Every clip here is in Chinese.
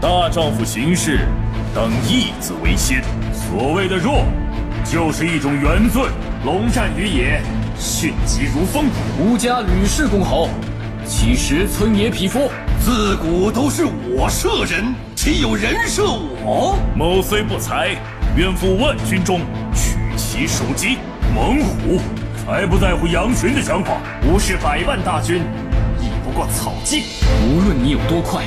大丈夫行事，当义字为先。所谓的弱，就是一种原罪。龙战于野，迅疾如风。吾家吕氏公侯，其实村野匹夫。自古都是我射人，岂有人射我？某虽不才，愿赴万军中取其首级。猛虎才不在乎羊群的想法，无视百万大军，亦不过草芥。无论你有多快，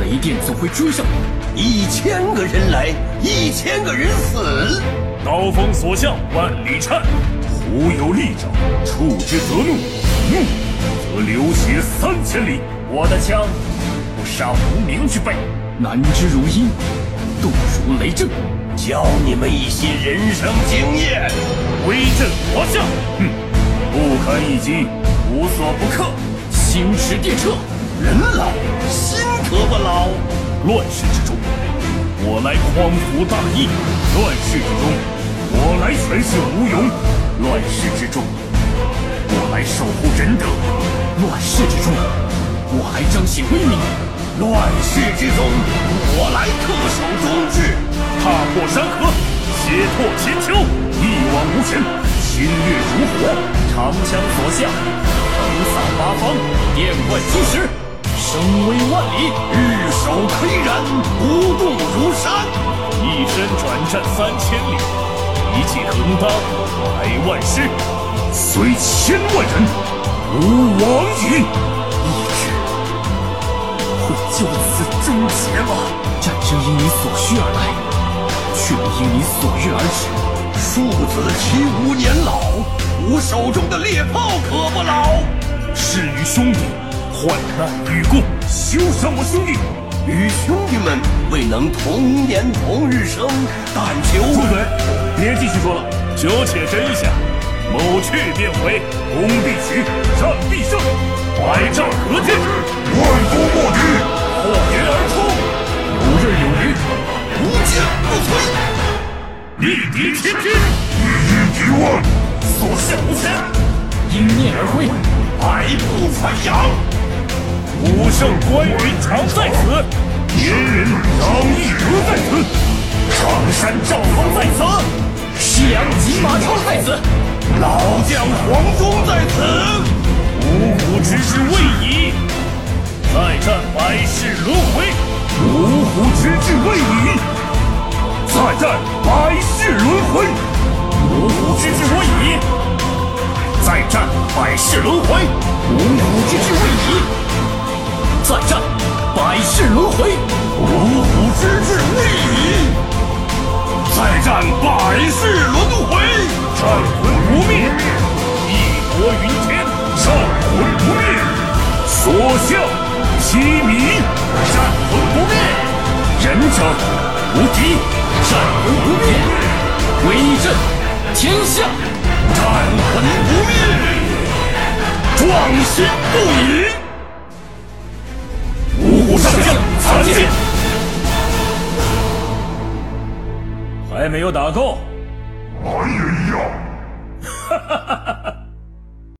雷电总会追上你。一千个人来，一千个人死。刀锋所向，万里颤。虎有利爪，触之则怒，怒则流血三千里。我的枪，不杀无名之辈。难之如阴，动嗯如雷震。教你们一些人生经验。威震华夏，哼，不堪一击，无所不克。星驰电掣，人老心可不老。乱世之中，我来匡扶大义；乱世之中，我来诠释无勇；乱世之中，我来守护仁德；乱世之中。我来彰显威名，乱世之中，我来恪守忠志，踏破山河，血拓千秋，一往无前，侵略如火，长枪所向，横扫八方，电贯青石，声威万里，玉手岿然，不动如山，一身转战三千里，一骑横当百万师，虽千万人，吾往矣。会就此终结吗？战争因你所需而来，却不因你所欲而止。庶子欺吾年老，吾手中的猎炮可不老。誓与兄弟，患难与共，休伤我兄弟。与兄弟们未能同年同日生，但求……住嘴！别继续说了，久且真下。某去便回，攻必取，战必胜，百战和天。万夫莫敌，破云而出，游刃有余，无坚不摧，力敌千军，以一敌万，所向无前，迎面而挥，百步穿杨。武圣关云长在此，燕云张翼德在此，常山赵方在此，西凉锦马超在此，老将黄忠在此，五虎之志未已。再战百世轮回，五虎之志未已；再战百世轮回，五虎之志未已；再战百世轮回，五虎之志未已；再战百世轮回，五虎之志未已；再战百世轮回，战魂不灭，义薄云天，战魂不灭，所向。七米，战魂不灭；忍者无敌，战魂不灭；威震天下，战魂不灭；壮心不已，五虎上将参见。还没有打够，俺也一样。哈哈哈哈。